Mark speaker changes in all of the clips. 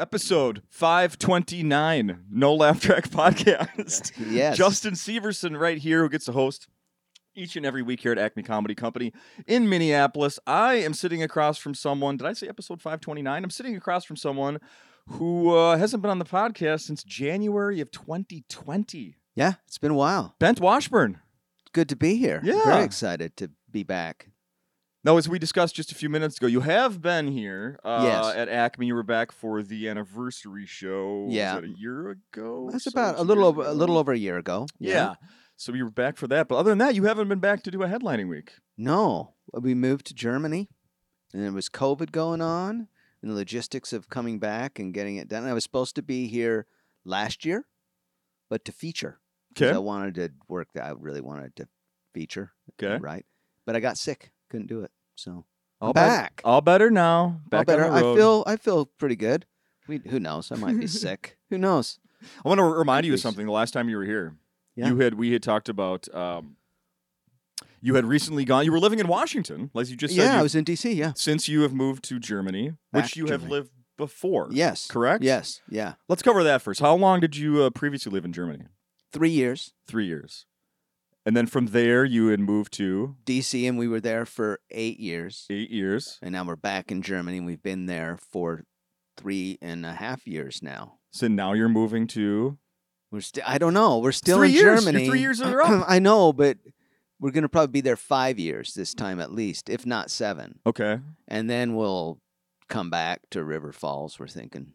Speaker 1: episode 529, No Laugh Track Podcast.
Speaker 2: Yes.
Speaker 1: Justin Severson right here, who gets to host each and every week here at Acme Comedy Company in Minneapolis. I am sitting across from someone. Did I say episode 529? I'm sitting across from someone who uh, hasn't been on the podcast since January of 2020.
Speaker 2: Yeah, it's been a while.
Speaker 1: Bent Washburn.
Speaker 2: Good to be here.
Speaker 1: Yeah.
Speaker 2: Very excited to be back.
Speaker 1: Now, as we discussed just a few minutes ago, you have been here uh,
Speaker 2: Yes.
Speaker 1: at Acme. You were back for the anniversary show. was
Speaker 2: Yeah.
Speaker 1: that a year ago.
Speaker 2: That's
Speaker 1: So
Speaker 2: about
Speaker 1: two
Speaker 2: a little
Speaker 1: years
Speaker 2: over a
Speaker 1: ago?
Speaker 2: little over a year ago.
Speaker 1: Yeah. So you were back for that, but other than that, you haven't been back to do a headlining week.
Speaker 2: No, we moved to Germany, and there was COVID going on, and the logistics of coming back and getting it done. I was supposed to be here last year, but to feature. 'cause
Speaker 1: Okay.
Speaker 2: I wanted to work that I really wanted to feature.
Speaker 1: Okay.
Speaker 2: Right. But I got sick. Couldn't do it. So I'm
Speaker 1: All bet-
Speaker 2: back.
Speaker 1: All better now.
Speaker 2: All
Speaker 1: Back on
Speaker 2: better.
Speaker 1: the
Speaker 2: I
Speaker 1: road.
Speaker 2: feel I feel pretty good. We, who knows? I might be sick. Who knows?
Speaker 1: I want to remind you of
Speaker 2: Please.
Speaker 1: something. The last time you were here,
Speaker 2: Yeah.
Speaker 1: you had we had talked about. Um, you had recently gone. You were living in Washington, as you just said.
Speaker 2: yeah, I
Speaker 1: you-
Speaker 2: was in DC. Yeah.
Speaker 1: since you have moved to Germany,
Speaker 2: Back
Speaker 1: which
Speaker 2: to
Speaker 1: you have
Speaker 2: Germany.
Speaker 1: lived before.
Speaker 2: Yes.
Speaker 1: Correct.
Speaker 2: Yes. Yeah.
Speaker 1: Let's cover that first. How long did you uh, previously live in Germany?
Speaker 2: Three years,
Speaker 1: Three years, and then from there you had moved to
Speaker 2: DC, and we were there for eight years,
Speaker 1: eight years.
Speaker 2: and now we're back in Germany. and We've been there for three and a half years now.
Speaker 1: So now you're moving to
Speaker 2: We're still. I don't know. We're still
Speaker 1: Three
Speaker 2: in
Speaker 1: years. Your
Speaker 2: Germany.
Speaker 1: three years are up.
Speaker 2: I know, but we're gonna probably be there five years this time at least, if not seven,
Speaker 1: okay.
Speaker 2: and then we'll come back to River Falls. We're thinking.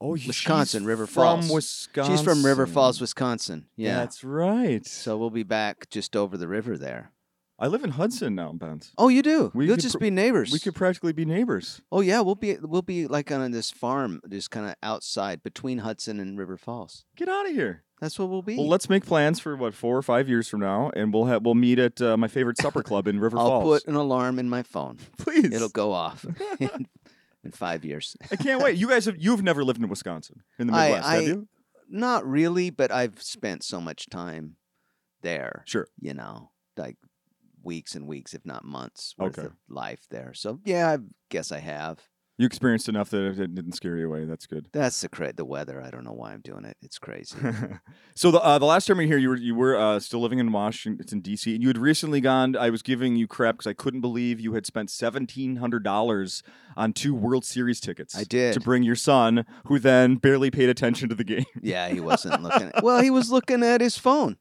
Speaker 1: Oh,
Speaker 2: Wisconsin,
Speaker 1: she's
Speaker 2: River
Speaker 1: From
Speaker 2: Falls.
Speaker 1: Wisconsin.
Speaker 2: She's from River Falls, Wisconsin. Yeah.
Speaker 1: That's right.
Speaker 2: so we'll be back just over the river there.
Speaker 1: I live in Hudson now, Bent.
Speaker 2: Oh, you do.
Speaker 1: We
Speaker 2: You'll
Speaker 1: could
Speaker 2: just
Speaker 1: pr-
Speaker 2: be neighbors.
Speaker 1: We could practically be neighbors.
Speaker 2: Oh yeah, we'll be we'll be like on this farm, just kind of outside between Hudson and River Falls.
Speaker 1: Get out of here.
Speaker 2: That's what we'll be.
Speaker 1: Well, let's make plans for what four or five years from now, and we'll have we'll meet at uh, my favorite supper club in River
Speaker 2: I'll
Speaker 1: Falls.
Speaker 2: put an alarm in my phone.
Speaker 1: Please,
Speaker 2: It'll go off in, in five years.
Speaker 1: I can't wait. You guys have you've never lived in Wisconsin in the
Speaker 2: I-
Speaker 1: Midwest,
Speaker 2: I-
Speaker 1: have you?
Speaker 2: Not really, but I've spent so much time there.
Speaker 1: Sure.
Speaker 2: You know, like weeks and weeks, if not months, worth
Speaker 1: Okay.
Speaker 2: of life there. So yeah, I guess I have.
Speaker 1: You experienced enough that it didn't scare you away. That's good.
Speaker 2: That's the cra- the weather. I don't know why I'm doing it. It's crazy.
Speaker 1: so the uh, the last time you were here, you were you were uh, still living in Washington D.C. and you had recently gone. I was giving you crap because I couldn't believe you had spent seventeen hundred dollars on two World Series tickets.
Speaker 2: I did.
Speaker 1: to bring your son, who then barely paid attention to the game.
Speaker 2: Yeah, he wasn't looking. At, well, he was looking at his phone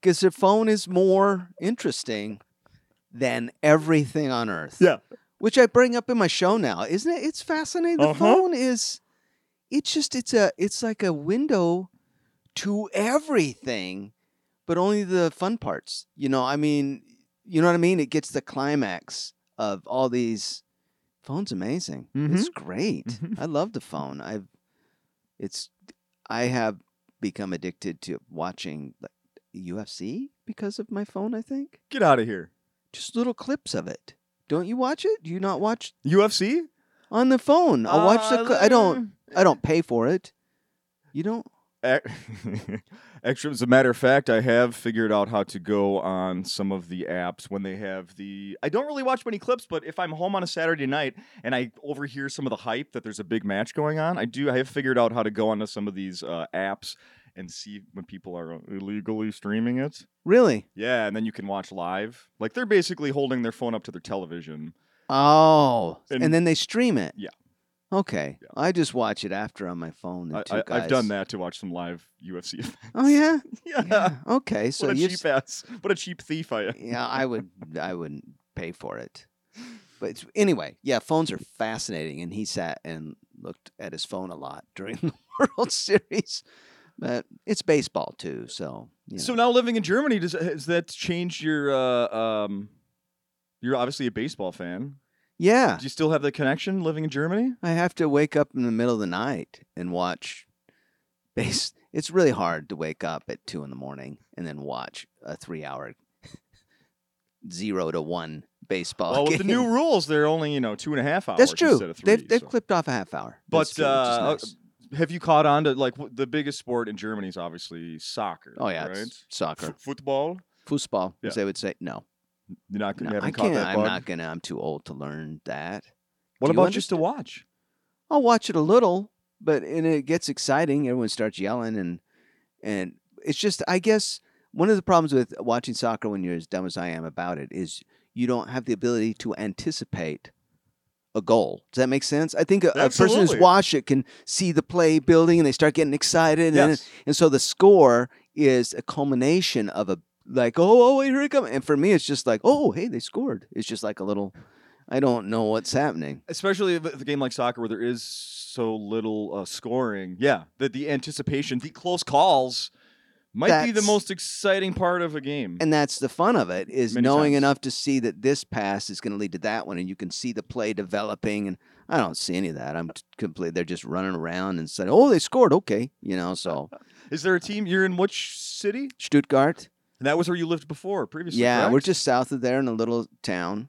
Speaker 2: because the phone is more interesting than everything on earth.
Speaker 1: Yeah.
Speaker 2: which I bring up in my show now, isn't it? It's fascinating. The
Speaker 1: Uh-huh.
Speaker 2: phone is. It's just it's a it's like a window to everything, but only the fun parts. You know, I mean, you know what I mean. It gets the climax of all these. Phone's amazing.
Speaker 1: Mm-hmm.
Speaker 2: It's great.
Speaker 1: Mhm.
Speaker 2: I love the phone. I've it's I have become addicted to watching like, UFC because of my phone, I think.
Speaker 1: Get out of here,
Speaker 2: Just little clips of it. Don't you watch it? Do you not watch
Speaker 1: UFC.
Speaker 2: on the phone? I'll watch the cli- I don't I don't pay for it. You don't
Speaker 1: Ac- Actually, as a matter of fact, I have figured out how to go on some of the apps when they have the. I don't really watch many clips, but if I'm home on a Saturday night and I overhear some of the hype that there's a big match going on, I do. I have figured out how to go onto some of these uh, apps and see when people are uh, illegally streaming it.
Speaker 2: Really?
Speaker 1: Yeah, and then you can watch live. Like they're basically holding their phone up to their television.
Speaker 2: Oh. And,
Speaker 1: And-
Speaker 2: then they stream it.
Speaker 1: Yeah.
Speaker 2: Okay.
Speaker 1: Yeah.
Speaker 2: I just watch it after on my phone. The
Speaker 1: I,
Speaker 2: two
Speaker 1: I, I've done
Speaker 2: guys-
Speaker 1: that to watch some live UFC events.
Speaker 2: Oh yeah.
Speaker 1: yeah.
Speaker 2: yeah. Okay. So
Speaker 1: what a
Speaker 2: you've
Speaker 1: cheap ass! What a cheap thief I am.
Speaker 2: yeah, I would I wouldn't pay for it. But it's- anyway, yeah, phones are fascinating, and he sat and looked at his phone a lot during the World Series. But it's baseball too, so you
Speaker 1: So
Speaker 2: know.
Speaker 1: now living in Germany, does has that changed your? Uh, um, you're obviously a baseball fan.
Speaker 2: yeah,
Speaker 1: Do you still have the connection living in Germany?
Speaker 2: I have to wake up in the middle of the night and watch base. It's really hard to wake up at two in the morning and then watch a three-hour zero to one baseball.
Speaker 1: well, with the
Speaker 2: game.
Speaker 1: new rules, they're only you know two and a half hours.
Speaker 2: Oh, that's true.
Speaker 1: Instead of 3
Speaker 2: they've they've
Speaker 1: so-
Speaker 2: clipped off a half hour.
Speaker 1: But,
Speaker 2: That's true, which is
Speaker 1: uh,
Speaker 2: nice.
Speaker 1: have you caught on to like w- the biggest sport in Germany is obviously soccer?
Speaker 2: Oh yeah,
Speaker 1: right.
Speaker 2: it's soccer,
Speaker 1: F- football.
Speaker 2: foosball, as
Speaker 1: Yeah.
Speaker 2: they would say. No,
Speaker 1: You're not.
Speaker 2: no,
Speaker 1: you haven't
Speaker 2: I
Speaker 1: caught
Speaker 2: can't.
Speaker 1: that
Speaker 2: I'm
Speaker 1: bug?
Speaker 2: not gonna. I'm too old to learn that.
Speaker 1: What
Speaker 2: do you
Speaker 1: about just to watch?
Speaker 2: I'll watch it a little, but and it gets exciting. Everyone starts yelling and and it's just I guess one of the problems with watching soccer when you're as dumb as I am about it is you don't have the ability to anticipate a goal. Does that make sense? I think a, a person who's
Speaker 1: Absolutely.
Speaker 2: watched it can see the play building and they start getting excited and
Speaker 1: Yes.
Speaker 2: and so the score is a culmination of a like, oh, oh, wait, here it comes. And for me, it's just like, oh, hey, they scored. It's just like a little, I don't know what's happening.
Speaker 1: Especially with a game like soccer where there is so little uh, scoring. Yeah, that the anticipation, the close calls might be the
Speaker 2: That's-
Speaker 1: most exciting part of a game.
Speaker 2: And that's the fun of it is
Speaker 1: Many
Speaker 2: knowing
Speaker 1: times.
Speaker 2: enough to see that this pass is going to lead to that one, and you can see the play developing. And I don't see any of that. I'm t- complete. They're just running around and saying, "Oh, they scored." Okay, you know. So
Speaker 1: is there a team you're in which city?
Speaker 2: Stuttgart,
Speaker 1: And that was where you lived before previously.
Speaker 2: yeah, we're
Speaker 1: correct?
Speaker 2: just south of there in a little town,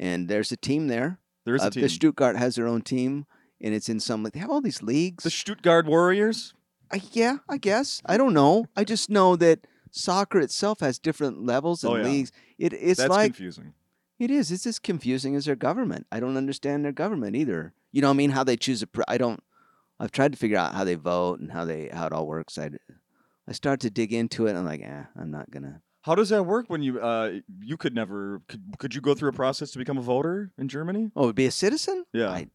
Speaker 2: and there's a team there.
Speaker 1: there is
Speaker 2: Uh,
Speaker 1: a team.
Speaker 2: The Stuttgart has their own team, and it's in some. They have all these leagues.
Speaker 1: the Stuttgart Warriors.
Speaker 2: I, yeah, I guess. I don't know. I just know that soccer itself has different levels and
Speaker 1: Oh, yeah.
Speaker 2: leagues. It it's
Speaker 1: That's
Speaker 2: like
Speaker 1: confusing.
Speaker 2: it is. It's as confusing as their government. I don't understand their government either. You know, what I mean, how they choose a. Pre- I don't. I've tried to figure out how they vote and how they how it all works. I I start to dig into it. and I'm like, eh, I'm not gonna.
Speaker 1: How does that work when you uh, you could never could, could you go through a process to become a voter in Germany?
Speaker 2: Oh, be a citizen?
Speaker 1: Yeah.
Speaker 2: I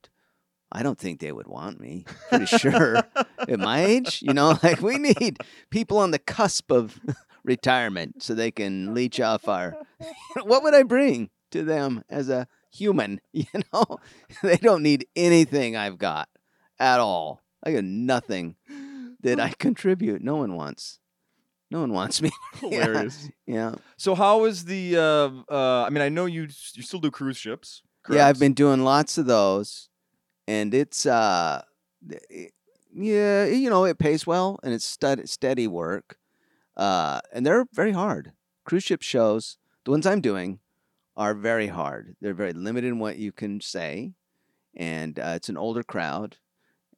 Speaker 2: I don't think they would want me. Pretty sure. at my age. You know, like we need people on the cusp of retirement so they can leech off our. what would I bring to them as a human? You know, they don't need anything I've got at all. I got nothing that I contribute. No one wants. No one wants me.
Speaker 1: Hilarious.
Speaker 2: Yeah.
Speaker 1: So how is the? Uh, uh, I mean, I know you s- you still do cruise ships. Correct?
Speaker 2: Yeah, I've been doing lots of those, and it's uh, th- it- yeah, you know, it pays well and it's stud- steady work, uh, and they're very hard. Cruise ship shows, the ones I'm doing, are very hard. They're very limited in what you can say, and uh, it's an older crowd,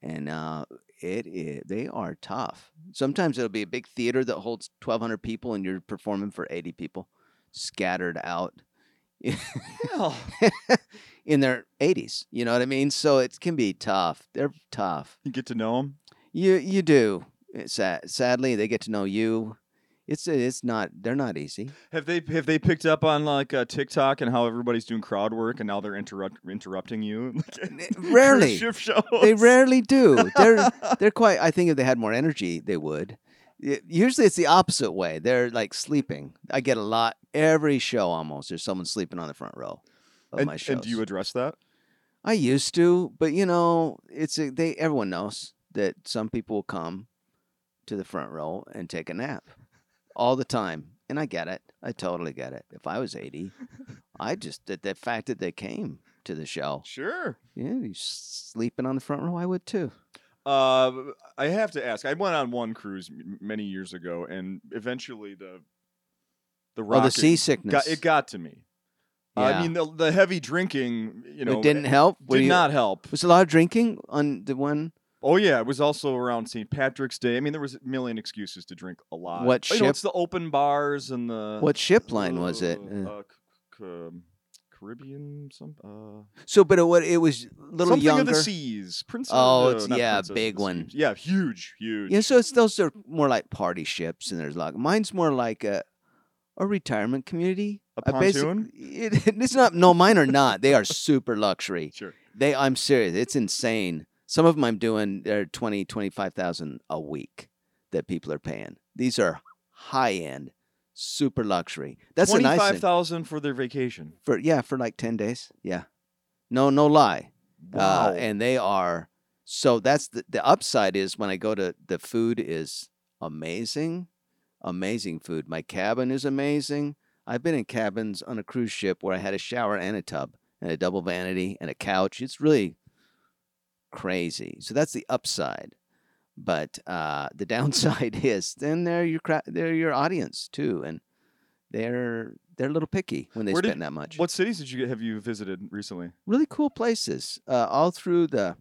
Speaker 2: and uh, it, i they are tough. Sometimes it'll be a big theater that holds 1,200 people, and you're performing for 80 people, scattered out
Speaker 1: Hell.
Speaker 2: in their 80s. You know what I mean? So it can be tough. They're tough.
Speaker 1: You get to know them.
Speaker 2: You you do. It's sad, sadly, they get to know you. It's it's not. They're not easy.
Speaker 1: Have they have they picked up on like uh, TikTok and how everybody's doing crowd work and now they're interrupt interrupting you? Like, at
Speaker 2: N-
Speaker 1: cruise
Speaker 2: rarely.
Speaker 1: ship shows.
Speaker 2: They rarely do. They're they're quite. I think if they had more energy, they would. Y- Usually, it's the opposite way. They're like sleeping. I get a lot every show almost. There's someone sleeping on the front row of
Speaker 1: and,
Speaker 2: my shows.
Speaker 1: and do you address that?
Speaker 2: I used to, but you know, it's a, they. Everyone knows that some people will come to the front row and take a nap all the time, and I get it. I totally get it. If I was eighty, I just that the fact that they came to the show,
Speaker 1: Sure.
Speaker 2: yeah, you sleeping on the front row, I would too.
Speaker 1: Uh, I have to ask. I went on one cruise m- many years ago, and eventually the the
Speaker 2: Oh, the
Speaker 1: rocket
Speaker 2: seasickness.
Speaker 1: got, it got to me. I
Speaker 2: Yeah.
Speaker 1: mean, the, the heavy drinking, you know, eh,
Speaker 2: it didn't help. Were
Speaker 1: did
Speaker 2: you-
Speaker 1: not help.
Speaker 2: Was a lot of drinking on the one?
Speaker 1: Oh yeah, it was also around St. Patrick's Day. I mean, there was a million excuses to drink a lot.
Speaker 2: What
Speaker 1: You know,
Speaker 2: ship-
Speaker 1: it's the open bars and the
Speaker 2: What ship line was it?
Speaker 1: Uh,
Speaker 2: Uh,
Speaker 1: uh, c- c- Caribbean, some uh,
Speaker 2: so, but it, wa- it was a little
Speaker 1: something
Speaker 2: younger.
Speaker 1: of the seas, princess.
Speaker 2: Oh,
Speaker 1: uh,
Speaker 2: it's-
Speaker 1: not
Speaker 2: yeah,
Speaker 1: Princess of
Speaker 2: big
Speaker 1: the Seas.
Speaker 2: one.
Speaker 1: Yeah, huge, huge.
Speaker 2: Yeah, so it's those are more like party ships, and there's like mine's more like a a retirement community.
Speaker 1: A
Speaker 2: I uh, basic-
Speaker 1: pontoon?
Speaker 2: it- it's not. No, mine are not. They are super luxury.
Speaker 1: Sure.
Speaker 2: They. I'm serious. It's insane. Some of them I'm doing. They're twenty, twenty-five thousand a week that people are paying. These are high end, super luxury. That's a
Speaker 1: twenty
Speaker 2: nice
Speaker 1: five
Speaker 2: thing.
Speaker 1: thousand for their vacation.
Speaker 2: for yeah for like ten days. Yeah. No, no lie.
Speaker 1: Wow.
Speaker 2: Uh, and they are so that's the, the upside is when I go to the food is amazing, amazing food. My cabin is amazing. I've been in cabins on a cruise ship where I had a shower and a tub and a double vanity and a couch. It's really crazy. So that's the upside. But uh, the downside is then they're your cra- they're your audience too, and they're they're a little picky when they
Speaker 1: Where did-
Speaker 2: spend that much
Speaker 1: what cities did you get, have you visited recently?
Speaker 2: really cool places uh, all through the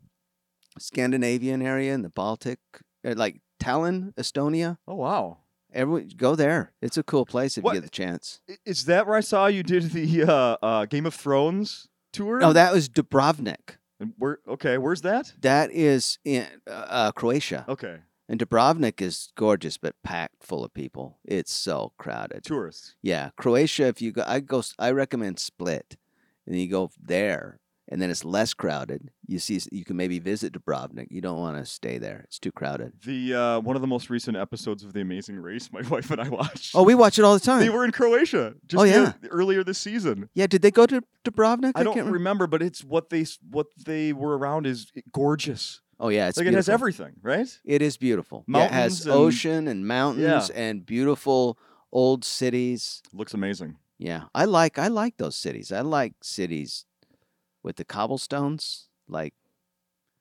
Speaker 2: Scandinavian area and the Baltic, uh, like Tallinn, Estonia.
Speaker 1: Oh wow.
Speaker 2: Everyone go there. It's a cool place if
Speaker 1: What-
Speaker 2: you get the chance.
Speaker 1: I- Is that where I saw you did the uh, uh, Game of Thrones tour?
Speaker 2: No, that was Oh, Dubrovnik.
Speaker 1: And where? Okay, where's that?
Speaker 2: That is in uh, uh, Croatia.
Speaker 1: Okay,
Speaker 2: And Dubrovnik is gorgeous, but packed full of people. It's so crowded.
Speaker 1: tourists.
Speaker 2: Yeah, Croatia. If you go, I go. s- I recommend Split, and you go there, and then it's less crowded. You see, s- you can maybe visit Dubrovnik. You don't want to stay there; it's too crowded.
Speaker 1: The uh, one of the most recent episodes of The Amazing Race, my wife and I watched.
Speaker 2: Oh, we watch it all the
Speaker 1: they
Speaker 2: time.
Speaker 1: were in Croatia. Just
Speaker 2: Oh,
Speaker 1: the-
Speaker 2: yeah.
Speaker 1: earlier this season.
Speaker 2: yeah, did they go to Dubrovnik?
Speaker 1: I, don't
Speaker 2: can't
Speaker 1: remember,
Speaker 2: rem-
Speaker 1: but it's what they s- what they were around is gorgeous.
Speaker 2: Oh yeah, it's
Speaker 1: like
Speaker 2: beautiful.
Speaker 1: it has everything, right?
Speaker 2: It is beautiful. Yeah, it
Speaker 1: Mountains
Speaker 2: has
Speaker 1: and-
Speaker 2: ocean and mountains and beautiful old cities.
Speaker 1: Looks amazing.
Speaker 2: Yeah, I like I like those cities. I like cities with the cobblestones, like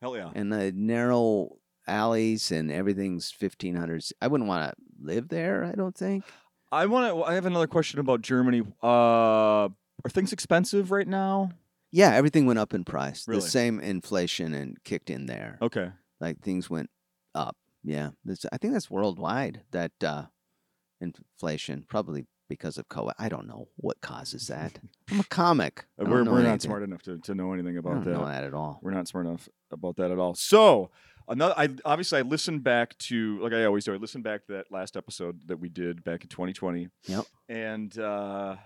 Speaker 1: Hell yeah.
Speaker 2: and the narrow alleys and everything's 1500s. I wouldn't want to live there. I don't think.
Speaker 1: I want to. I have another question about Germany. Uh, are things expensive right now?
Speaker 2: Yeah, everything went up in price.
Speaker 1: Really?
Speaker 2: The same inflation and kicked in there.
Speaker 1: Okay.
Speaker 2: Like things went up. Yeah, That's- I think that's worldwide. That uh, inflation probably because of COVID. I don't know what causes that. I'm a comic. I
Speaker 1: Uh,
Speaker 2: don't
Speaker 1: We're,
Speaker 2: know
Speaker 1: we're not
Speaker 2: anything.
Speaker 1: smart enough to, to know anything
Speaker 2: I
Speaker 1: about
Speaker 2: don't
Speaker 1: that.
Speaker 2: know that at all.
Speaker 1: We're not smart enough about that at all. So another, I obviously I listened back to like I always do. I listened back to that last episode that we did back in 2020.
Speaker 2: Yep.
Speaker 1: And uh,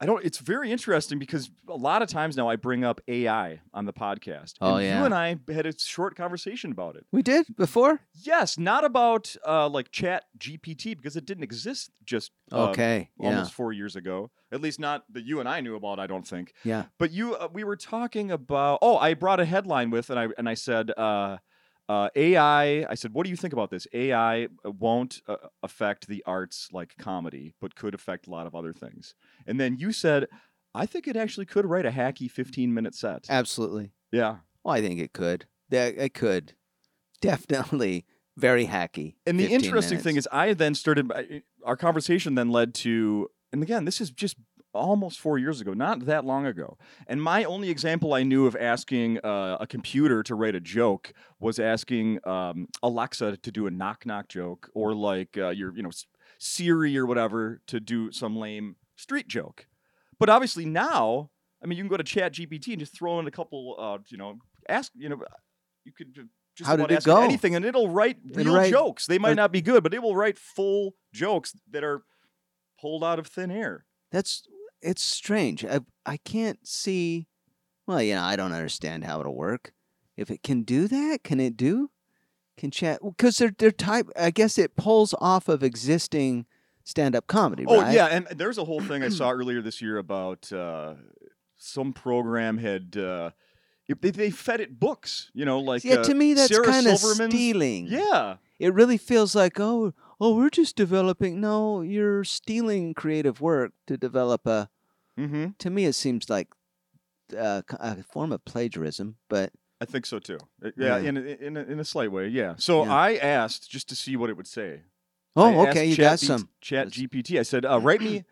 Speaker 1: I don't. It's very interesting because a lot of times now I bring up AI on the podcast.
Speaker 2: Oh,
Speaker 1: and You
Speaker 2: yeah.
Speaker 1: and I had a short conversation about it.
Speaker 2: We did before.
Speaker 1: Yes, not about uh, like Chat GPT because it didn't exist just uh,
Speaker 2: okay. Yeah.
Speaker 1: almost four years ago. At least not that you and I knew about. I don't think.
Speaker 2: Yeah.
Speaker 1: But you, uh, we were talking about. Oh, I brought a headline with, and I and I said, uh, uh, AI. I said, what do you think about this? AI won't uh, affect the arts like comedy, but could affect a lot of other things. And then you said, I think it actually could write a hacky fifteen-minute set.
Speaker 2: Absolutely.
Speaker 1: yeah.
Speaker 2: Well, I think it could. That it could. Definitely very hacky.
Speaker 1: And the
Speaker 2: 15
Speaker 1: interesting thing
Speaker 2: minutes.
Speaker 1: is, I then started. I- Our conversation then led to, and again, this is just almost four years ago, not that long ago. And my only example I knew of asking uh, a computer to write a joke was asking um, Alexa to do a knock knock joke, or like uh, your, you know, S- Siri or whatever to do some lame street joke. But obviously now, I mean, you can go to Chat GPT and just throw in a couple, uh, you know, ask, you know, you could. ju- Just
Speaker 2: How did
Speaker 1: about
Speaker 2: it
Speaker 1: ask it
Speaker 2: go?
Speaker 1: anything, and it'll write
Speaker 2: And
Speaker 1: real
Speaker 2: write-
Speaker 1: jokes. They might
Speaker 2: or-
Speaker 1: not be good, but they will write full jokes that are pulled out of thin air.
Speaker 2: that's it's strange. I I can't see. Well, you know, I don't understand how it'll work. If it can do that, can it do? Can chat? Because they're they're type. I guess it pulls off of existing stand-up comedy.
Speaker 1: Oh
Speaker 2: right?
Speaker 1: yeah, and there's a whole thing I saw earlier this year about uh, some program had uh, it- they, they fed it books. You know, like
Speaker 2: yeah,
Speaker 1: uh,
Speaker 2: to me that's
Speaker 1: Sarah
Speaker 2: kind of
Speaker 1: Silverman's-
Speaker 2: stealing.
Speaker 1: yeah,
Speaker 2: It really feels like, oh, oh, we're just developing. No, you're stealing creative work to develop a.
Speaker 1: mm-hmm.
Speaker 2: To me, it seems like uh, c- a form of plagiarism. But
Speaker 1: I think so too. Uh, Yeah,
Speaker 2: Yeah.
Speaker 1: in a, in a, in a slight way. Yeah. So
Speaker 2: Yeah.
Speaker 1: I asked just to see what it would say.
Speaker 2: oh,
Speaker 1: I
Speaker 2: okay,
Speaker 1: asked
Speaker 2: you
Speaker 1: Chat
Speaker 2: got
Speaker 1: B-
Speaker 2: some.
Speaker 1: Chat
Speaker 2: That's-
Speaker 1: GPT. I said, uh, write me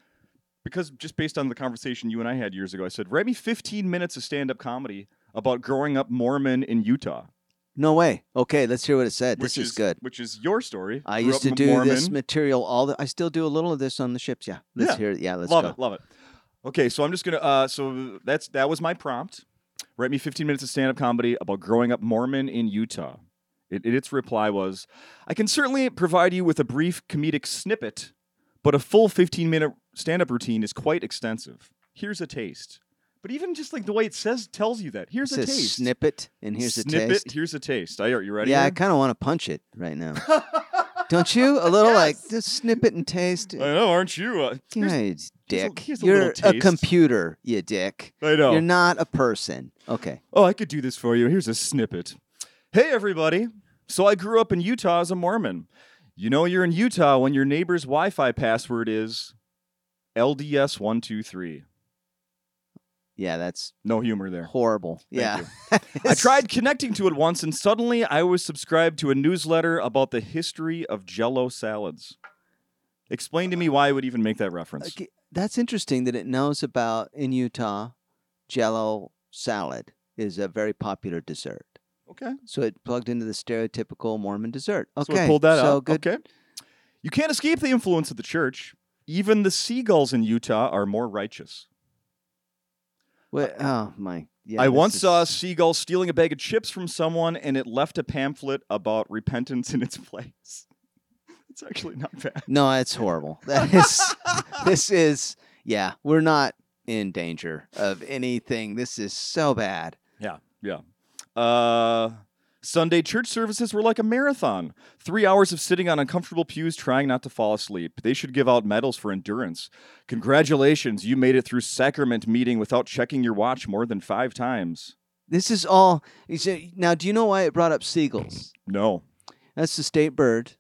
Speaker 1: because just based on the conversation you and I had years ago, I said, write me 15 minutes of stand up comedy about growing up Mormon in Utah.
Speaker 2: No way. Okay, let's hear what it said.
Speaker 1: which
Speaker 2: This is, good.
Speaker 1: Which is your story.
Speaker 2: I
Speaker 1: Grew
Speaker 2: used
Speaker 1: up
Speaker 2: to
Speaker 1: M-
Speaker 2: do
Speaker 1: Mormon.
Speaker 2: this material all the I still do a little of this on the ships. Yeah. Let's
Speaker 1: Yeah.
Speaker 2: hear it. Yeah, let's
Speaker 1: love
Speaker 2: go.
Speaker 1: it, love it. Okay, so I'm just gonna. Uh, so that's that was my prompt. Write me 15 minutes of stand-up comedy about growing up Mormon in Utah. It, it- its reply was, "I can certainly provide you with a brief comedic snippet, but a full 15-minute stand-up routine is quite extensive. Here's a taste." But even just like the way it says tells you that here's
Speaker 2: It's a
Speaker 1: a taste.
Speaker 2: snippet and here's the
Speaker 1: Snippet,
Speaker 2: taste.
Speaker 1: Here's a taste. Are you ready?
Speaker 2: yeah, I
Speaker 1: here?
Speaker 2: kind of want to punch it right now. Don't you? A little like just snippet and taste.
Speaker 1: I know, aren't you? Uh,
Speaker 2: God,
Speaker 1: here's-
Speaker 2: dick.
Speaker 1: here's a little
Speaker 2: You're a
Speaker 1: taste. Oh.
Speaker 2: computer, you dick.
Speaker 1: I know.
Speaker 2: You're not a person. Okay.
Speaker 1: Oh, I could do this for you. Here's a snippet. Hey, everybody. So I grew up in Utah as a Mormon. You know you're in Utah when your neighbor's Wi Fi password is LDS123.
Speaker 2: Yeah, that's
Speaker 1: No humor there.
Speaker 2: horrible. yeah.
Speaker 1: Thank I tried connecting to it once, and suddenly I was subscribed to a newsletter about the history of jello salads. Explain to me why I would even make that reference.
Speaker 2: Okay, That's interesting that it knows about in Utah, jello salad is a very popular dessert.
Speaker 1: Okay.
Speaker 2: So it plugged into the stereotypical Mormon dessert. Okay.
Speaker 1: So we pulled that
Speaker 2: so
Speaker 1: out.
Speaker 2: Good.
Speaker 1: Okay. You can't escape the influence of the church. Even the seagulls in Utah are more righteous.
Speaker 2: What? Oh my! Yeah,
Speaker 1: I
Speaker 2: this
Speaker 1: once
Speaker 2: is-
Speaker 1: saw a seagull stealing a bag of chips from someone, and it left a pamphlet about repentance in its place. It's actually not bad.
Speaker 2: No, it's horrible. That is. this is. Yeah, we're not in danger of anything. This is so bad.
Speaker 1: yeah, yeah. Uh, Sunday church services were like a marathon. Three hours of sitting on uncomfortable pews trying not to fall asleep. They should give out medals for endurance. Congratulations, you made it through sacrament meeting without checking your watch more than five times.
Speaker 2: This is all. You see, now, do you know why it brought up seagulls?
Speaker 1: No.
Speaker 2: That's the state bird,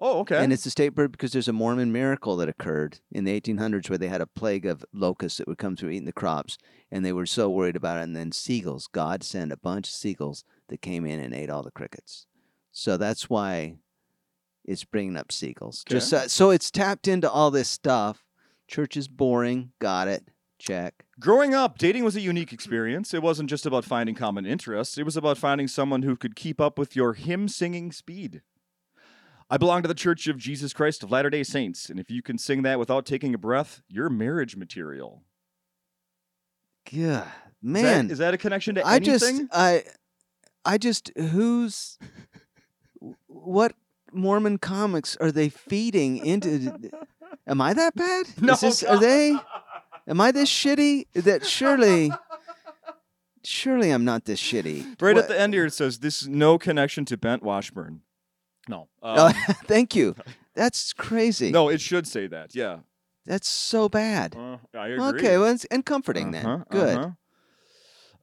Speaker 1: Oh, okay.
Speaker 2: and it's the state bird because there's a Mormon miracle that occurred in the 1800s where they had a plague of locusts that would come through eating the crops, and they were so worried about it. And then seagulls, God sent a bunch of seagulls that came in and ate all the crickets. So that's why it's bringing up seagulls. Just so, so it's tapped into all this stuff. Church is boring. Got it. Check.
Speaker 1: Growing up, dating was a unique experience. It wasn't just about finding common interests, it was about finding someone who could keep up with your hymn singing speed. I belong to the Church of Jesus Christ of Latter day Saints, and if you can sing that without taking a breath, you're marriage material.
Speaker 2: Yeah,
Speaker 1: Is
Speaker 2: man.
Speaker 1: that- Is that, a connection to
Speaker 2: I
Speaker 1: anything?
Speaker 2: just I I just who's what Mormon comics are they feeding into? Am I that bad?
Speaker 1: No,
Speaker 2: Is this, are they? Am I this shitty? That surely, surely I'm not this shitty.
Speaker 1: Right
Speaker 2: What-
Speaker 1: at the end here, it says, This is no connection to Bent Washburn. No. Um,
Speaker 2: Oh, thank you. That's crazy.
Speaker 1: no, it should say that. Yeah.
Speaker 2: that's so bad.
Speaker 1: Uh, I agree.
Speaker 2: Okay, well, it's, and comforting
Speaker 1: Uh-huh,
Speaker 2: then. Good. Mm-hmm.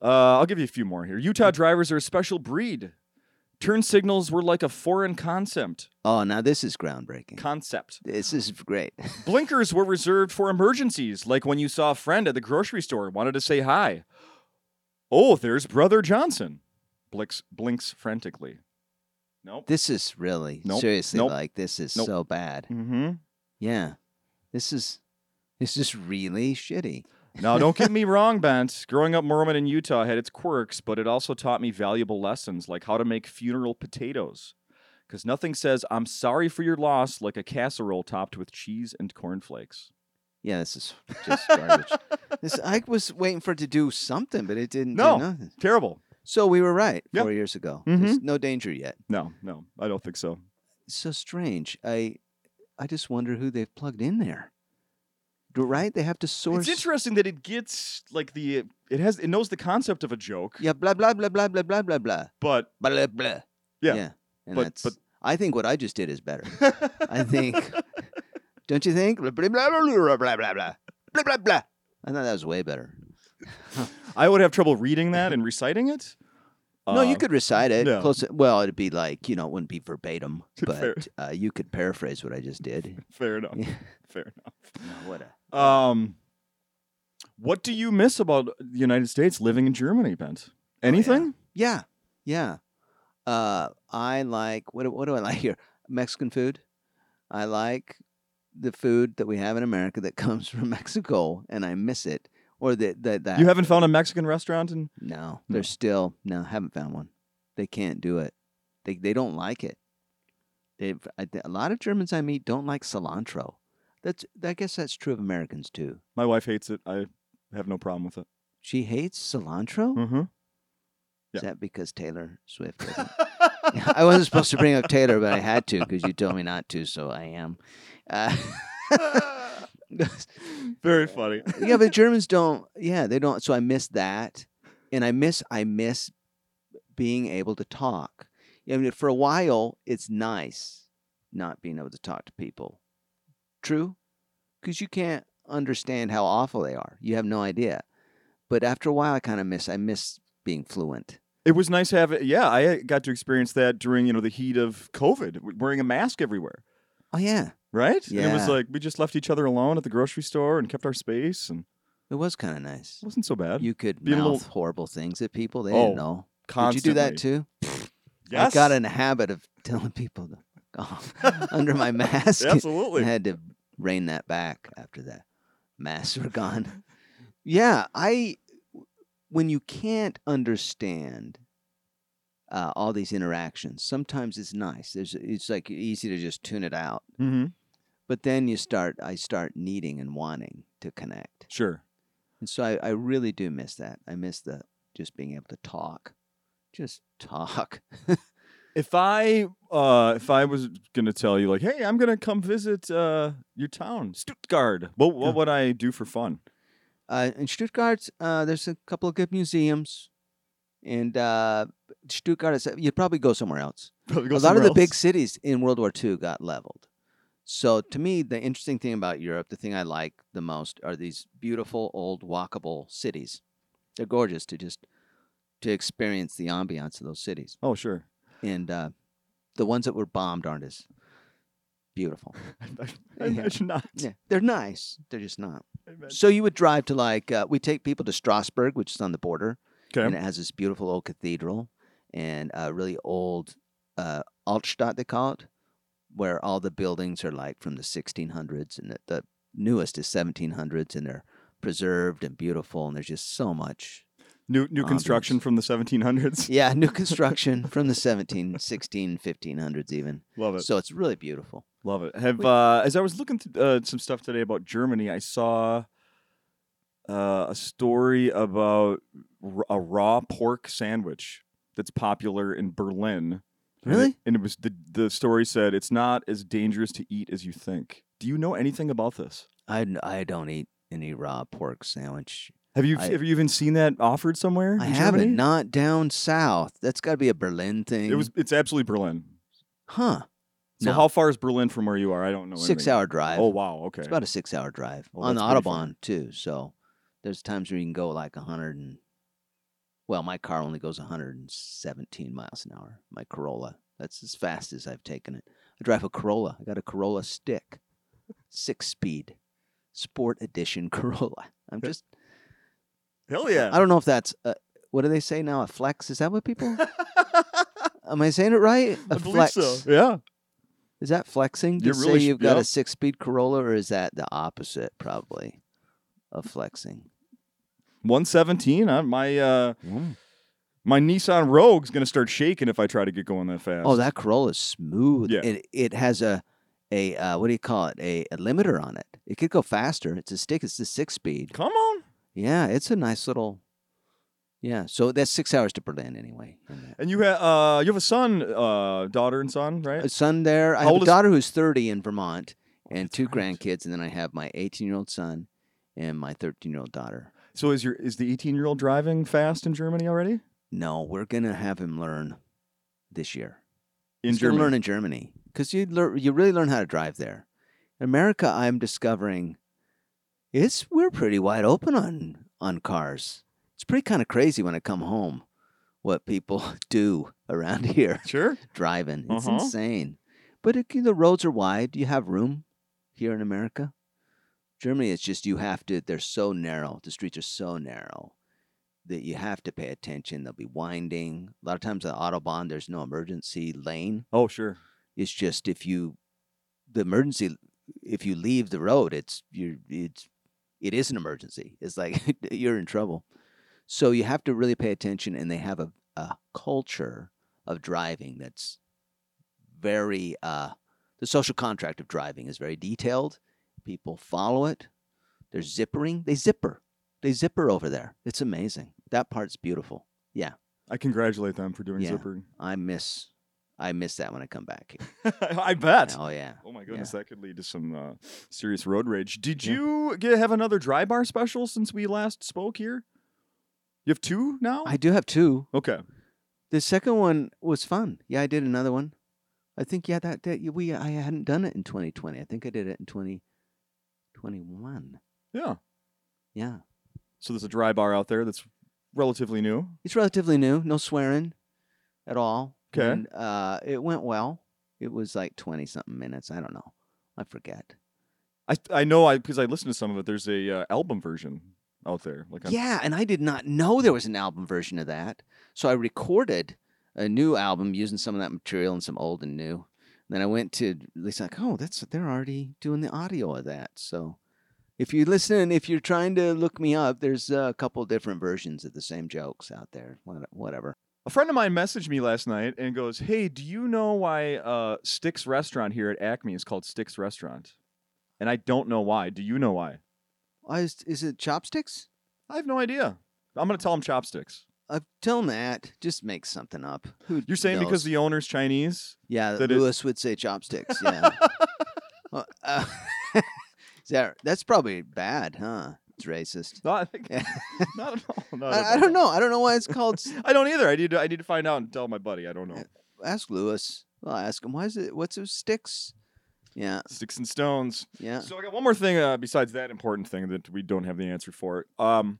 Speaker 1: uh-huh. Uh, I'll give you a few more here. Utah drivers are a special breed. Turn signals were like a foreign concept.
Speaker 2: Oh, now this is groundbreaking.
Speaker 1: Concept.
Speaker 2: This is great.
Speaker 1: Blinkers were reserved for emergencies, like when you saw a friend at the grocery store and wanted to say hi. Oh, there's Brother Johnson. Blinks blinks frantically. Nope.
Speaker 2: This is really
Speaker 1: Nope,
Speaker 2: seriously
Speaker 1: nope,
Speaker 2: like this is
Speaker 1: nope.
Speaker 2: so bad.
Speaker 1: Mm-hmm.
Speaker 2: Yeah. This is this is really shitty.
Speaker 1: Now, don't get me wrong, Bent. Growing up Mormon in Utah had its quirks, but it also taught me valuable lessons like how to make funeral potatoes. Because nothing says, I'm sorry for your loss, like a casserole topped with cheese and cornflakes.
Speaker 2: Yeah, this is just garbage. this I was waiting for it to do something, but it didn't
Speaker 1: No.
Speaker 2: do nothing.
Speaker 1: Terrible.
Speaker 2: So we were right
Speaker 1: Yeah. Mm-hmm.
Speaker 2: four years ago. There's no danger yet.
Speaker 1: No, no, I don't think so.
Speaker 2: It's so strange. I I just wonder who they've plugged in there. Do- Right? They have to source
Speaker 1: It's interesting that it gets like the, it has, it knows the concept of a joke,
Speaker 2: Yeah, blah blah blah blah blah blah blah blah.
Speaker 1: but
Speaker 2: Blah blah.
Speaker 1: Yeah,
Speaker 2: Yeah. And
Speaker 1: but-
Speaker 2: that's
Speaker 1: but-
Speaker 2: I think what I just did is better. I think don't you think? Blah blah blah blah blah blah blah blah blah blah. I thought that was way better.
Speaker 1: I would have trouble reading that and reciting it.
Speaker 2: No,
Speaker 1: Uh,
Speaker 2: you could recite it.
Speaker 1: no.
Speaker 2: Close. Well, it'd be like you know, it wouldn't be verbatim,
Speaker 1: Fair.
Speaker 2: but uh, you could paraphrase what I just did.
Speaker 1: Fair enough.
Speaker 2: Yeah.
Speaker 1: Fair enough.
Speaker 2: No, what a-
Speaker 1: Um, what do you miss about the United States living in Germany, Bent? Anything?
Speaker 2: Oh, yeah, yeah. Uh, I like what? do- What do I like here? Mexican food. I like the food that we have in America that comes from Mexico, and I miss it. Or that that that
Speaker 1: You haven't found a Mexican restaurant in
Speaker 2: no,
Speaker 1: No.
Speaker 2: they're still no, haven't found one. They can't do it. They they don't like it. They I th- a lot of Germans I meet don't like cilantro. That's I guess that's true of Americans too.
Speaker 1: my wife hates it. I have no problem with it.
Speaker 2: She hates cilantro.
Speaker 1: Mm-hmm. yeah.
Speaker 2: Is that because Taylor Swift? doesn't?
Speaker 1: I
Speaker 2: I wasn't supposed to bring up Taylor, but I had to because you told me not to, so I am. Uh,
Speaker 1: Very funny.
Speaker 2: yeah, but Germans don't. Yeah, they don't. So I miss that, and I miss I miss being able to talk. I mean, for a while, it's nice not being able to talk to people. True, because you can't understand how awful they are. You have no idea. But after a while, I kind of miss. I miss being fluent.
Speaker 1: It was nice having. Yeah, I got to experience that during you know the heat of COVID, w- wearing a mask everywhere.
Speaker 2: Oh yeah,
Speaker 1: Right? And it was
Speaker 2: Yeah.
Speaker 1: like we just left each other alone at the grocery store and kept our space, and
Speaker 2: it was kind of nice.
Speaker 1: it wasn't so bad.
Speaker 2: You could
Speaker 1: Being a
Speaker 2: mouth
Speaker 1: little-
Speaker 2: horrible things at people. They
Speaker 1: Oh,
Speaker 2: didn't know.
Speaker 1: Constantly.
Speaker 2: Did you do that too?
Speaker 1: Yes.
Speaker 2: I got in a habit of telling people to go off under my mask.
Speaker 1: Absolutely.
Speaker 2: I had to rein that back after the masks were gone. yeah, I when you can't understand uh, all these interactions, sometimes it's nice. There's it's like easy to just tune it out,
Speaker 1: Mm-hmm.
Speaker 2: but then you start I start needing and wanting to connect.
Speaker 1: Sure.
Speaker 2: And And so I, I really do miss that. I miss the just being able to talk, just talk.
Speaker 1: If I uh, if I was gonna tell you like, hey, I'm gonna come visit uh, your town, Stuttgart. What what
Speaker 2: Yeah.
Speaker 1: would I do for fun?
Speaker 2: Uh, in Stuttgart, uh, there's a couple of good museums, and uh, Stuttgart is you'd probably go somewhere else. a lot of the big cities in World War II got leveled. So to me, the interesting thing about Europe, the thing I like the most, are these beautiful old walkable cities. They're gorgeous to just to experience the ambiance of those cities,
Speaker 1: Oh sure.
Speaker 2: and uh, the ones that were bombed aren't as beautiful.
Speaker 1: I,
Speaker 2: Yeah.
Speaker 1: imagine not.
Speaker 2: Yeah, they're nice. They're just not.
Speaker 1: I imagine-
Speaker 2: So you would drive to like uh, we take people to Strasbourg, which is on the border,
Speaker 1: Okay.
Speaker 2: and it has this beautiful old cathedral and a really old uh, Altstadt they call it, where all the buildings are like from the 1600s and the, the newest is 1700s and they're preserved and beautiful and there's just so much.
Speaker 1: New new construction
Speaker 2: Ambience.
Speaker 1: from the 1700s.
Speaker 2: Yeah, new construction from the 17, 16, 1500s even.
Speaker 1: Love it.
Speaker 2: So it's really beautiful.
Speaker 1: Love it. Have
Speaker 2: Wait.
Speaker 1: uh, as I was looking through uh, some stuff today about Germany, I saw uh, a story about r- a raw pork sandwich that's popular in Berlin. And it-
Speaker 2: Really?
Speaker 1: And it was the the story said it's not as dangerous to eat as you think. Do you know anything about this?
Speaker 2: I, I don't eat any raw pork sandwich
Speaker 1: Have you
Speaker 2: I-
Speaker 1: have you even seen that offered somewhere?
Speaker 2: I
Speaker 1: in
Speaker 2: haven't.
Speaker 1: Germany?
Speaker 2: Not down south. That's got to be a Berlin thing.
Speaker 1: It was. It's absolutely Berlin.
Speaker 2: huh?
Speaker 1: So
Speaker 2: No.
Speaker 1: how far is Berlin from where you are? I don't know.
Speaker 2: Six
Speaker 1: anything.
Speaker 2: hour drive.
Speaker 1: Oh wow. Okay.
Speaker 2: It's about a six hour drive
Speaker 1: Oh,
Speaker 2: on the
Speaker 1: that's pretty far.
Speaker 2: autobahn too. So there's times where you can go like hundred and well, my car only goes 117 miles an hour. My Corolla. That's as fast as I've taken it. I drive a Corolla. I got a Corolla stick, six speed, sport edition Corolla. I'm
Speaker 1: Yeah.
Speaker 2: just.
Speaker 1: Hell yeah.
Speaker 2: I don't know if that's. A, what do they say now? A flex? Is that what people? Am I saying it right? A
Speaker 1: I believe
Speaker 2: flex.
Speaker 1: so. Yeah.
Speaker 2: Is that flexing to
Speaker 1: You're
Speaker 2: say
Speaker 1: really sh-
Speaker 2: you've got
Speaker 1: yeah.
Speaker 2: a six-speed Corolla, or is that the opposite, probably, of flexing?
Speaker 1: 117. I, my uh, my Nissan Rogue's gonna start shaking if I try to get going that fast.
Speaker 2: Oh, that Corolla is smooth.
Speaker 1: Yeah.
Speaker 2: It it has a a uh, what do you call it? A, a limiter on it. It could go faster. It's a stick. It's a six-speed.
Speaker 1: come on!
Speaker 2: Yeah, it's a nice little. Yeah, so that's six hours to Berlin anyway. in that.
Speaker 1: And you have uh, you have a son, uh, daughter and son, right?
Speaker 2: A son there. I
Speaker 1: How
Speaker 2: have
Speaker 1: old
Speaker 2: a
Speaker 1: is-
Speaker 2: daughter who's thirty in Vermont, and
Speaker 1: That's
Speaker 2: two
Speaker 1: right.
Speaker 2: grandkids, and then I have my eighteen-year-old son and my thirteen-year-old daughter.
Speaker 1: So is your is the 18 year old driving fast in Germany already?
Speaker 2: No, we're gonna have him learn this year.
Speaker 1: In
Speaker 2: He's gonna
Speaker 1: Germany,
Speaker 2: learn in Germany because you learn you really learn how to drive there. In America, I'm discovering it's we're pretty wide open on on cars. It's pretty kind of crazy when I come home what people do around here
Speaker 1: sure.
Speaker 2: driving. It's
Speaker 1: Uh-huh.
Speaker 2: insane, but it, the roads are wide. You have room here in America. Germany, it's just you have to. They're so narrow. The streets are so narrow that you have to pay attention. They'll be winding. A lot of times on the autobahn, there's no emergency lane.
Speaker 1: Oh, sure.
Speaker 2: It's just if you the emergency if you leave the road, it's you're it's it is an emergency. It's like you're in trouble. So you have to really pay attention and they have a, a culture of driving that's very uh the social contract of driving is very detailed. People follow it. They're zippering. They zipper. They zipper over there. It's amazing. That part's beautiful.
Speaker 1: I congratulate them for doing
Speaker 2: Yeah.
Speaker 1: zippering.
Speaker 2: I miss I miss that when I come back here.
Speaker 1: I bet.
Speaker 2: Oh yeah.
Speaker 1: Oh my goodness, that could lead to some uh, serious road rage. Did
Speaker 2: Yeah.
Speaker 1: you get, have another dry bar special since we last spoke here? You have two now.
Speaker 2: I do have two.
Speaker 1: okay.
Speaker 2: The second one was fun. Yeah, I did another one. I think yeah that, that we I hadn't done it in 2020. I think I did it in 2021.
Speaker 1: Yeah.
Speaker 2: Yeah,
Speaker 1: So there's a dry bar out there that's relatively new.
Speaker 2: it's relatively new. No swearing at all.
Speaker 1: Okay.
Speaker 2: And, uh, it went well. It was like 20 something minutes. I don't know. I forget.
Speaker 1: I I know I because I listened to some of it. There's a uh, album version out there. Like on-
Speaker 2: Yeah, and I did not know there was an album version of that. So I recorded a new album using some of that material and some old and new. And then I went to Lisa like, oh, that's they're already doing the audio of that. So if you listen, if you're trying to look me up, there's a couple different versions of the same jokes out there. What- Whatever.
Speaker 1: a friend of mine messaged me last night and goes, "Hey, do you know why uh, Sticks Restaurant here at Acme is called Sticks Restaurant?" And I don't know why. Do you know why?
Speaker 2: Oh, is, is it chopsticks?
Speaker 1: I have no idea. I'm gonna tell him chopsticks.
Speaker 2: Uh, tell Matt, just make something up. Who
Speaker 1: You're saying because
Speaker 2: knows?
Speaker 1: the owner's Chinese?
Speaker 2: yeah,
Speaker 1: that it-
Speaker 2: Lewis would say chopsticks. Yeah. Well, uh, is that, that's probably bad, huh? It's racist.
Speaker 1: No, I think
Speaker 2: Yeah.
Speaker 1: not at all. Not at
Speaker 2: I, I
Speaker 1: all.
Speaker 2: don't know. I don't know why it's called. s-
Speaker 1: I don't either. I need to. I need to find out and tell my buddy. I don't know.
Speaker 2: ask Lewis. Well, ask him. Why is it? What's those sticks? Yeah,
Speaker 1: Sticks and stones.
Speaker 2: yeah.
Speaker 1: So I got one more thing uh, besides that important thing that we don't have the answer for. Um,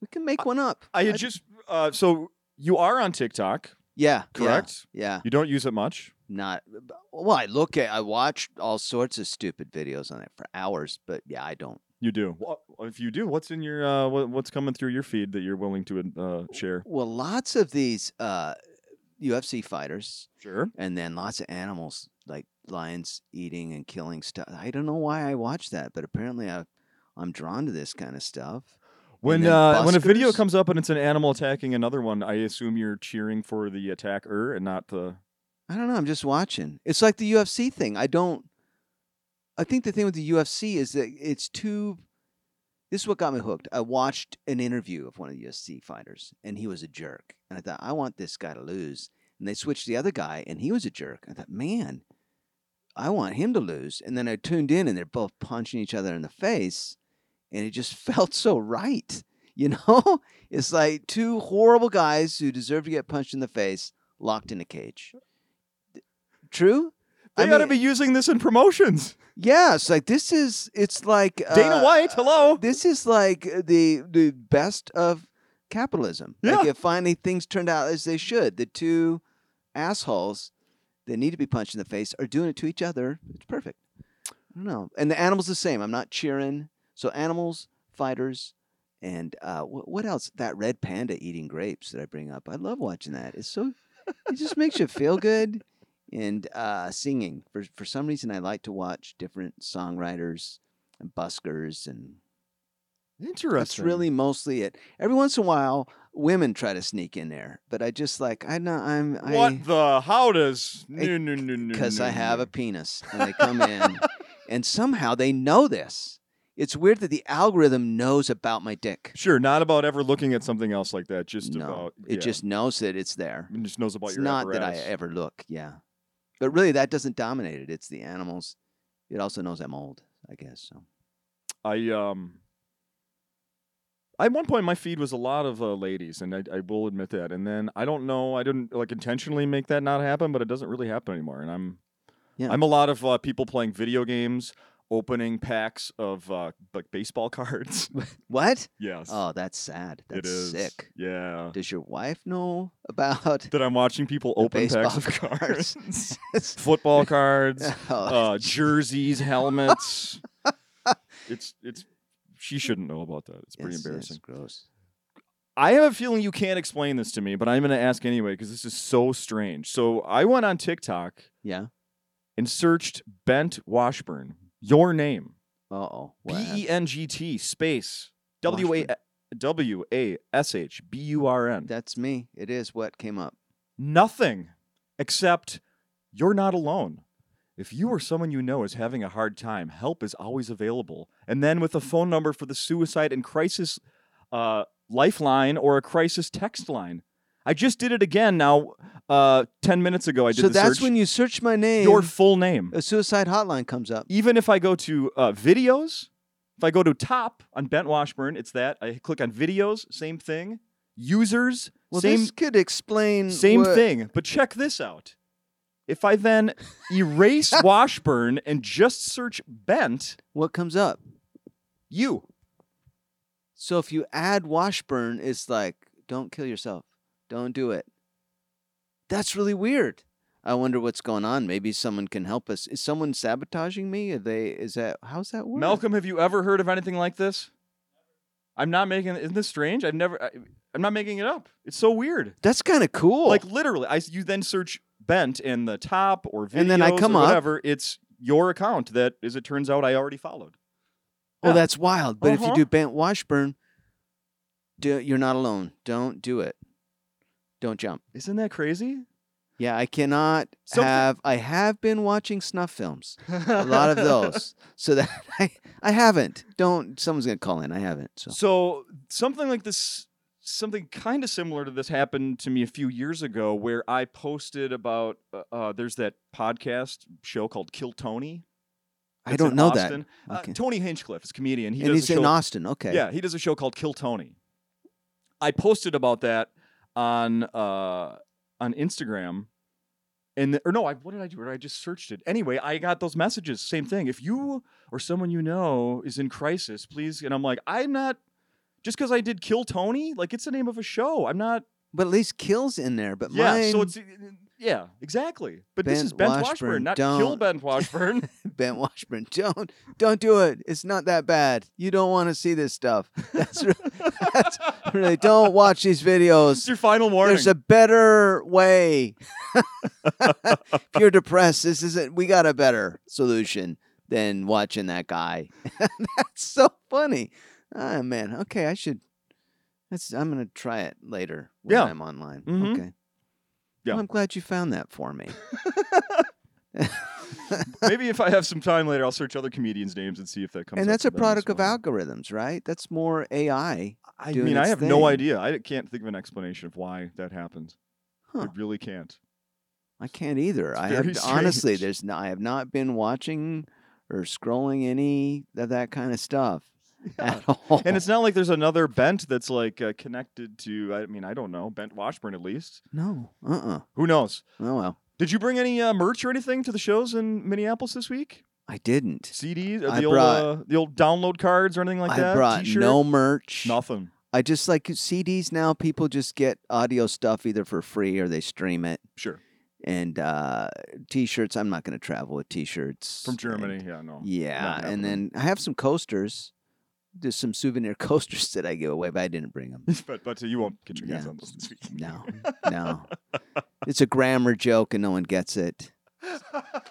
Speaker 2: We can make one up.
Speaker 1: I had
Speaker 2: I'd-
Speaker 1: just uh, so you are on TikTok,
Speaker 2: yeah, yeah,
Speaker 1: correct?
Speaker 2: Yeah,
Speaker 1: You don't use it much.
Speaker 2: not. Well, I look at. I watch all sorts of stupid videos on it for hours, but yeah, I don't.
Speaker 1: You do. Well, if you do, what's in your uh, what, what's coming through your feed that you're willing to uh, share?
Speaker 2: Well, lots of these uh, UFC fighters,
Speaker 1: Sure.
Speaker 2: and then lots of animals like lions eating and killing stuff. I don't know why I watch that, but apparently I, I'm drawn to this kind of stuff.
Speaker 1: When
Speaker 2: then
Speaker 1: uh, when a video
Speaker 2: buskers?
Speaker 1: comes up and it's an animal attacking another one, I assume you're cheering for the attacker and not the.
Speaker 2: I don't know. I'm just watching. It's like the UFC thing. I don't. I think the thing with the UFC is that it's too. This is what got me hooked. I watched an interview of one of the UFC fighters, and he was a jerk. And I thought, I want this guy to lose. And they switched the other guy, and he was a jerk. I thought, man, I want him to lose. And then I tuned in, and they're both punching each other in the face, and it just felt so right. You know, it's like two horrible guys who deserve to get punched in the face locked in a cage. True.
Speaker 1: They
Speaker 2: I
Speaker 1: ought to
Speaker 2: mean-
Speaker 1: be using this in promotions.
Speaker 2: Yes, like this is it's like
Speaker 1: Dana
Speaker 2: uh,
Speaker 1: White, hello.
Speaker 2: This is like the the best of capitalism. Like
Speaker 1: Yeah.
Speaker 2: if finally things turned out as they should, the two assholes that need to be punched in the face are doing it to each other. It's perfect. I don't know. And the animals the same. I'm not cheering. So animals, fighters, and uh, wh- what else? That red panda eating grapes that I bring up. I love watching that. It's so it just makes you feel good and uh, singing. For for some reason, I like to watch different songwriters and buskers, and
Speaker 1: Interesting.
Speaker 2: that's really mostly it. Every once in a while, women try to sneak in there, but I just like I know I'm I
Speaker 1: What the? How does?
Speaker 2: I-
Speaker 1: No, no, no, no.
Speaker 2: because
Speaker 1: no,
Speaker 2: I have
Speaker 1: no.
Speaker 2: a penis, and they come in, and somehow they know this. It's weird that the algorithm knows about my dick.
Speaker 1: Sure, not about ever looking at something else like that. Just
Speaker 2: no,
Speaker 1: about
Speaker 2: it
Speaker 1: yeah,
Speaker 2: just knows that it's there.
Speaker 1: it just knows about
Speaker 2: it's
Speaker 1: your.
Speaker 2: not that I
Speaker 1: apparatus.
Speaker 2: ever look, yeah. But really, that doesn't dominate it. It's the animals. It also knows I'm old, I guess. So
Speaker 1: I um at one point my feed was a lot of uh, ladies and I, I will admit that and then I don't know I didn't like intentionally make that not happen but it doesn't really happen anymore and I'm
Speaker 2: Yeah.
Speaker 1: I'm a lot of uh, people playing video games opening packs of uh, like baseball cards
Speaker 2: what?
Speaker 1: yes
Speaker 2: Oh, that's sad.
Speaker 1: it
Speaker 2: That's
Speaker 1: is.
Speaker 2: sick.
Speaker 1: yeah
Speaker 2: Does your wife know about
Speaker 1: that I'm watching people open packs
Speaker 2: baseball
Speaker 1: of cards,
Speaker 2: cards?
Speaker 1: football cards
Speaker 2: Oh,
Speaker 1: uh, jerseys helmets it's it's she shouldn't know about that it's pretty
Speaker 2: it's- it's
Speaker 1: embarrassing
Speaker 2: gross.
Speaker 1: I have a feeling you can't explain this to me, but I'm going to ask anyway because this is so strange. So I went on TikTok
Speaker 2: Yeah.
Speaker 1: and searched Bent Washburn, your name,
Speaker 2: Uh oh.
Speaker 1: B E N G T space W A
Speaker 2: Washburn.
Speaker 1: W A S H B U R N.
Speaker 2: That's me. It is what came up.
Speaker 1: Nothing except you're not alone. If you or someone you know is having a hard time, help is always available. And then with a phone number for the suicide and crisis uh, lifeline or a crisis text line. I just did it again now. Uh, Ten minutes ago, I did
Speaker 2: so
Speaker 1: the
Speaker 2: that's
Speaker 1: search.
Speaker 2: when you search my name. Uh,
Speaker 1: your full name.
Speaker 2: a suicide hotline comes up.
Speaker 1: Even if I go to uh, videos, if I go to top on Bent Washburn, it's that. I click on videos, same thing. Users,
Speaker 2: Well,
Speaker 1: same
Speaker 2: this could explain.
Speaker 1: same
Speaker 2: what-
Speaker 1: thing, but check this out. If I then erase Washburn and just search Bent,
Speaker 2: What comes up?
Speaker 1: you.
Speaker 2: So if you add Washburn, it's like, don't kill yourself. Don't do it. That's really weird. I wonder what's going on. Maybe someone can help us. Is someone sabotaging me? Are they is that how's that work?
Speaker 1: Malcolm, have you ever heard of anything like this? I'm not making. Isn't this strange? I've never. I, I'm not making it up. It's so weird.
Speaker 2: That's kind of cool.
Speaker 1: Like literally, I you then search Bent in the top or videos
Speaker 2: And then I come
Speaker 1: or
Speaker 2: up.
Speaker 1: whatever. It's your account that, as it turns out, I already followed.
Speaker 2: oh,
Speaker 1: yeah.
Speaker 2: that's wild. But if you
Speaker 1: Uh-huh.
Speaker 2: do Bent Washburn, do, you're not alone. Don't do it. Don't jump.
Speaker 1: Isn't that crazy?
Speaker 2: Yeah, I cannot
Speaker 1: Something-
Speaker 2: have. I have been watching snuff films, a lot of those. So that I, I haven't. Don't. Someone's gonna call in. I haven't. So
Speaker 1: So something like this, something kind of similar to this happened to me a few years ago, where I posted about uh, uh, there's that podcast show called Kill Tony.
Speaker 2: I
Speaker 1: that's
Speaker 2: don't
Speaker 1: in
Speaker 2: know
Speaker 1: Austin.
Speaker 2: that. Okay.
Speaker 1: Uh, Tony Hinchcliffe is a comedian. He
Speaker 2: and
Speaker 1: does
Speaker 2: he's
Speaker 1: a show,
Speaker 2: in Austin. Okay.
Speaker 1: Yeah, he does a show called Kill Tony. I posted about that on uh, on Instagram. And the, or no, I, what did I do? Or I just searched it. Anyway, I got those messages. Same thing. If you or someone you know is in crisis, please. And I'm like, I'm not. Just because I did Kill Tony, like it's the name of a show. I'm not.
Speaker 2: But at least kills in there. But
Speaker 1: yeah.
Speaker 2: mine,
Speaker 1: So it's yeah, exactly. But this
Speaker 2: Bent
Speaker 1: is Ben Washburn,
Speaker 2: Washburn,
Speaker 1: not Kill
Speaker 2: don't-
Speaker 1: Ben Washburn.
Speaker 2: Ben Washburn. Don't don't do it. It's not that bad. You don't want to see this stuff. That's re- that's really don't watch these
Speaker 1: it's
Speaker 2: videos.
Speaker 1: your final warning.
Speaker 2: There's a better way. if you're depressed, this isn't. We got a better solution than watching that guy. that's so funny. Ah man. Okay, I should. That's. I'm gonna try it later when
Speaker 1: Yeah.
Speaker 2: I'm online.
Speaker 1: Mhm.
Speaker 2: Okay.
Speaker 1: Yeah.
Speaker 2: Well, I'm glad you found that for me.
Speaker 1: Maybe if I have some time later, I'll search other comedians' names and see if that comes.
Speaker 2: and
Speaker 1: up
Speaker 2: that's
Speaker 1: for
Speaker 2: a
Speaker 1: them as
Speaker 2: product of
Speaker 1: well.
Speaker 2: algorithms, right? That's more AI.
Speaker 1: I
Speaker 2: doing
Speaker 1: mean, I
Speaker 2: its
Speaker 1: have no
Speaker 2: thing.
Speaker 1: idea. I can't think of an explanation of why that happened. I
Speaker 2: Huh.
Speaker 1: really can't.
Speaker 2: I can't either.
Speaker 1: It's
Speaker 2: I have
Speaker 1: very
Speaker 2: honestly,
Speaker 1: strange.
Speaker 2: there's no, I have not been watching or scrolling any of that kind of stuff
Speaker 1: Yeah.
Speaker 2: at all.
Speaker 1: And it's not like there's another bent that's like uh, connected to. I mean, I don't know. Bent Washburn, at least.
Speaker 2: no, uh, uh
Speaker 1: Who knows?
Speaker 2: Oh well,
Speaker 1: Did you bring any uh, merch or anything to the shows in Minneapolis this week?
Speaker 2: I didn't.
Speaker 1: CDs, or
Speaker 2: I
Speaker 1: the old
Speaker 2: brought-
Speaker 1: uh, the old download cards or anything like
Speaker 2: I
Speaker 1: that?
Speaker 2: brought
Speaker 1: T-shirt?
Speaker 2: no merch.
Speaker 1: nothing.
Speaker 2: I just like CDs now. People just get audio stuff either for free or they stream it.
Speaker 1: Sure,
Speaker 2: And uh, t-shirts. I'm not going to travel with t-shirts
Speaker 1: from
Speaker 2: and-
Speaker 1: Germany. Yeah, no.
Speaker 2: Yeah,
Speaker 1: Not
Speaker 2: and
Speaker 1: happening.
Speaker 2: then I have some coasters. There's some souvenir coasters that I give away, but I didn't bring them.
Speaker 1: but but uh, you won't get your hands
Speaker 2: Yeah.
Speaker 1: on those this week.
Speaker 2: No, no. It's a grammar joke and no one gets it.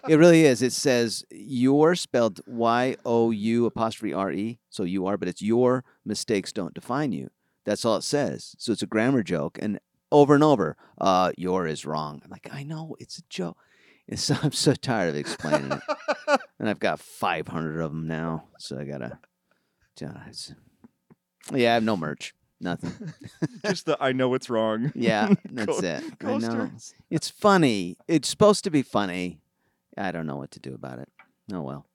Speaker 2: It really is. It says your spelled Y O U apostrophe R E, so you are, but it's your mistakes don't define you. That's all it says. So it's a grammar joke, and over and over, uh, your is wrong. I'm like, I know it's a joke. And so I'm so tired of explaining it, and I've got 500 of them now. So I gotta. Yeah, it's- yeah, I have no merch, nothing.
Speaker 1: Just the I know it's wrong.
Speaker 2: Yeah, that's
Speaker 1: Co-
Speaker 2: it. I know.
Speaker 1: Coasters.
Speaker 2: It's funny. It's supposed to be funny. I don't know what to do about it. Oh well.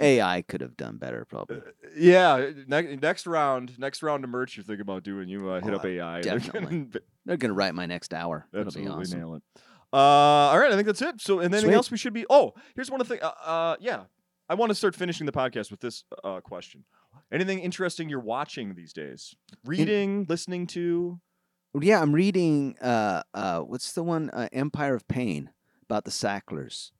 Speaker 2: AI could have done better, probably.
Speaker 1: Yeah, eh, ne- next round, next round of merch you're thinking about doing, you uh, hit
Speaker 2: Oh,
Speaker 1: up AI. They're
Speaker 2: definitely.
Speaker 1: gonna
Speaker 2: They're gonna write my next hour. That'll be
Speaker 1: Absolutely
Speaker 2: awesome.
Speaker 1: nail it. Uh, all right, I think that's it. So, and anything
Speaker 2: Sweet.
Speaker 1: else we should be? Oh, here's one of the thing. Uh, uh, yeah, I want to start finishing the podcast with this uh, question. Anything interesting you're watching these days? Reading, listening to?
Speaker 2: Yeah, I'm reading. Uh, uh, what's the one? Uh, Empire of Pain about the Sacklers,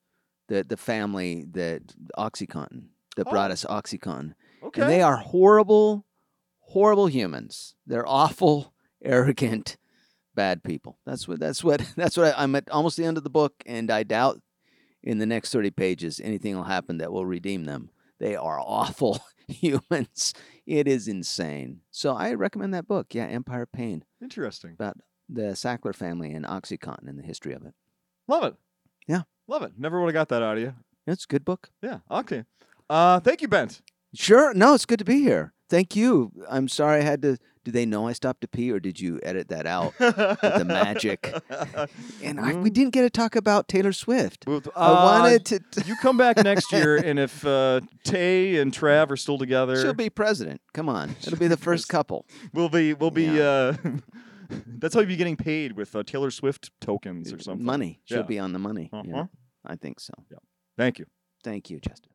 Speaker 2: the the family that OxyContin that brought
Speaker 1: Oh.
Speaker 2: us OxyContin.
Speaker 1: Okay.
Speaker 2: And they are horrible, horrible humans. They're awful, arrogant, bad people. That's what that's what that's what I, I'm at almost the end of the book, and I doubt in the next 30 pages anything will happen that will redeem them. They are awful humans. It is insane. So I recommend that book. Yeah, Empire of Pain,
Speaker 1: Interesting.
Speaker 2: the Sackler family and OxyContin and the history of it.
Speaker 1: Love it.
Speaker 2: Yeah.
Speaker 1: Love it. Never would have got that out of you.
Speaker 2: It's a good book.
Speaker 1: Yeah. Okay. Uh, thank you, Bent.
Speaker 2: Sure. No, it's good to be here. Thank you. I'm sorry I had to. Do they know I stopped to pee, or did you edit that out?
Speaker 1: the
Speaker 2: Oh, magic. And I,
Speaker 1: Mm-hmm.
Speaker 2: we didn't get to talk about Taylor Swift. I wanted to. t-
Speaker 1: Uh, You come back next year, and if uh, Tay and Trav are still together,
Speaker 2: she'll be president. Come on, it'll be the first couple.
Speaker 1: we'll be, we'll be. Uh, that's how you'll be getting paid with uh, Taylor Swift tokens or something.
Speaker 2: Money. She'll
Speaker 1: Yeah.
Speaker 2: be on the money. Yeah,
Speaker 1: Uh-huh.
Speaker 2: I think so.
Speaker 1: Thank you.
Speaker 2: Thank you, Justin.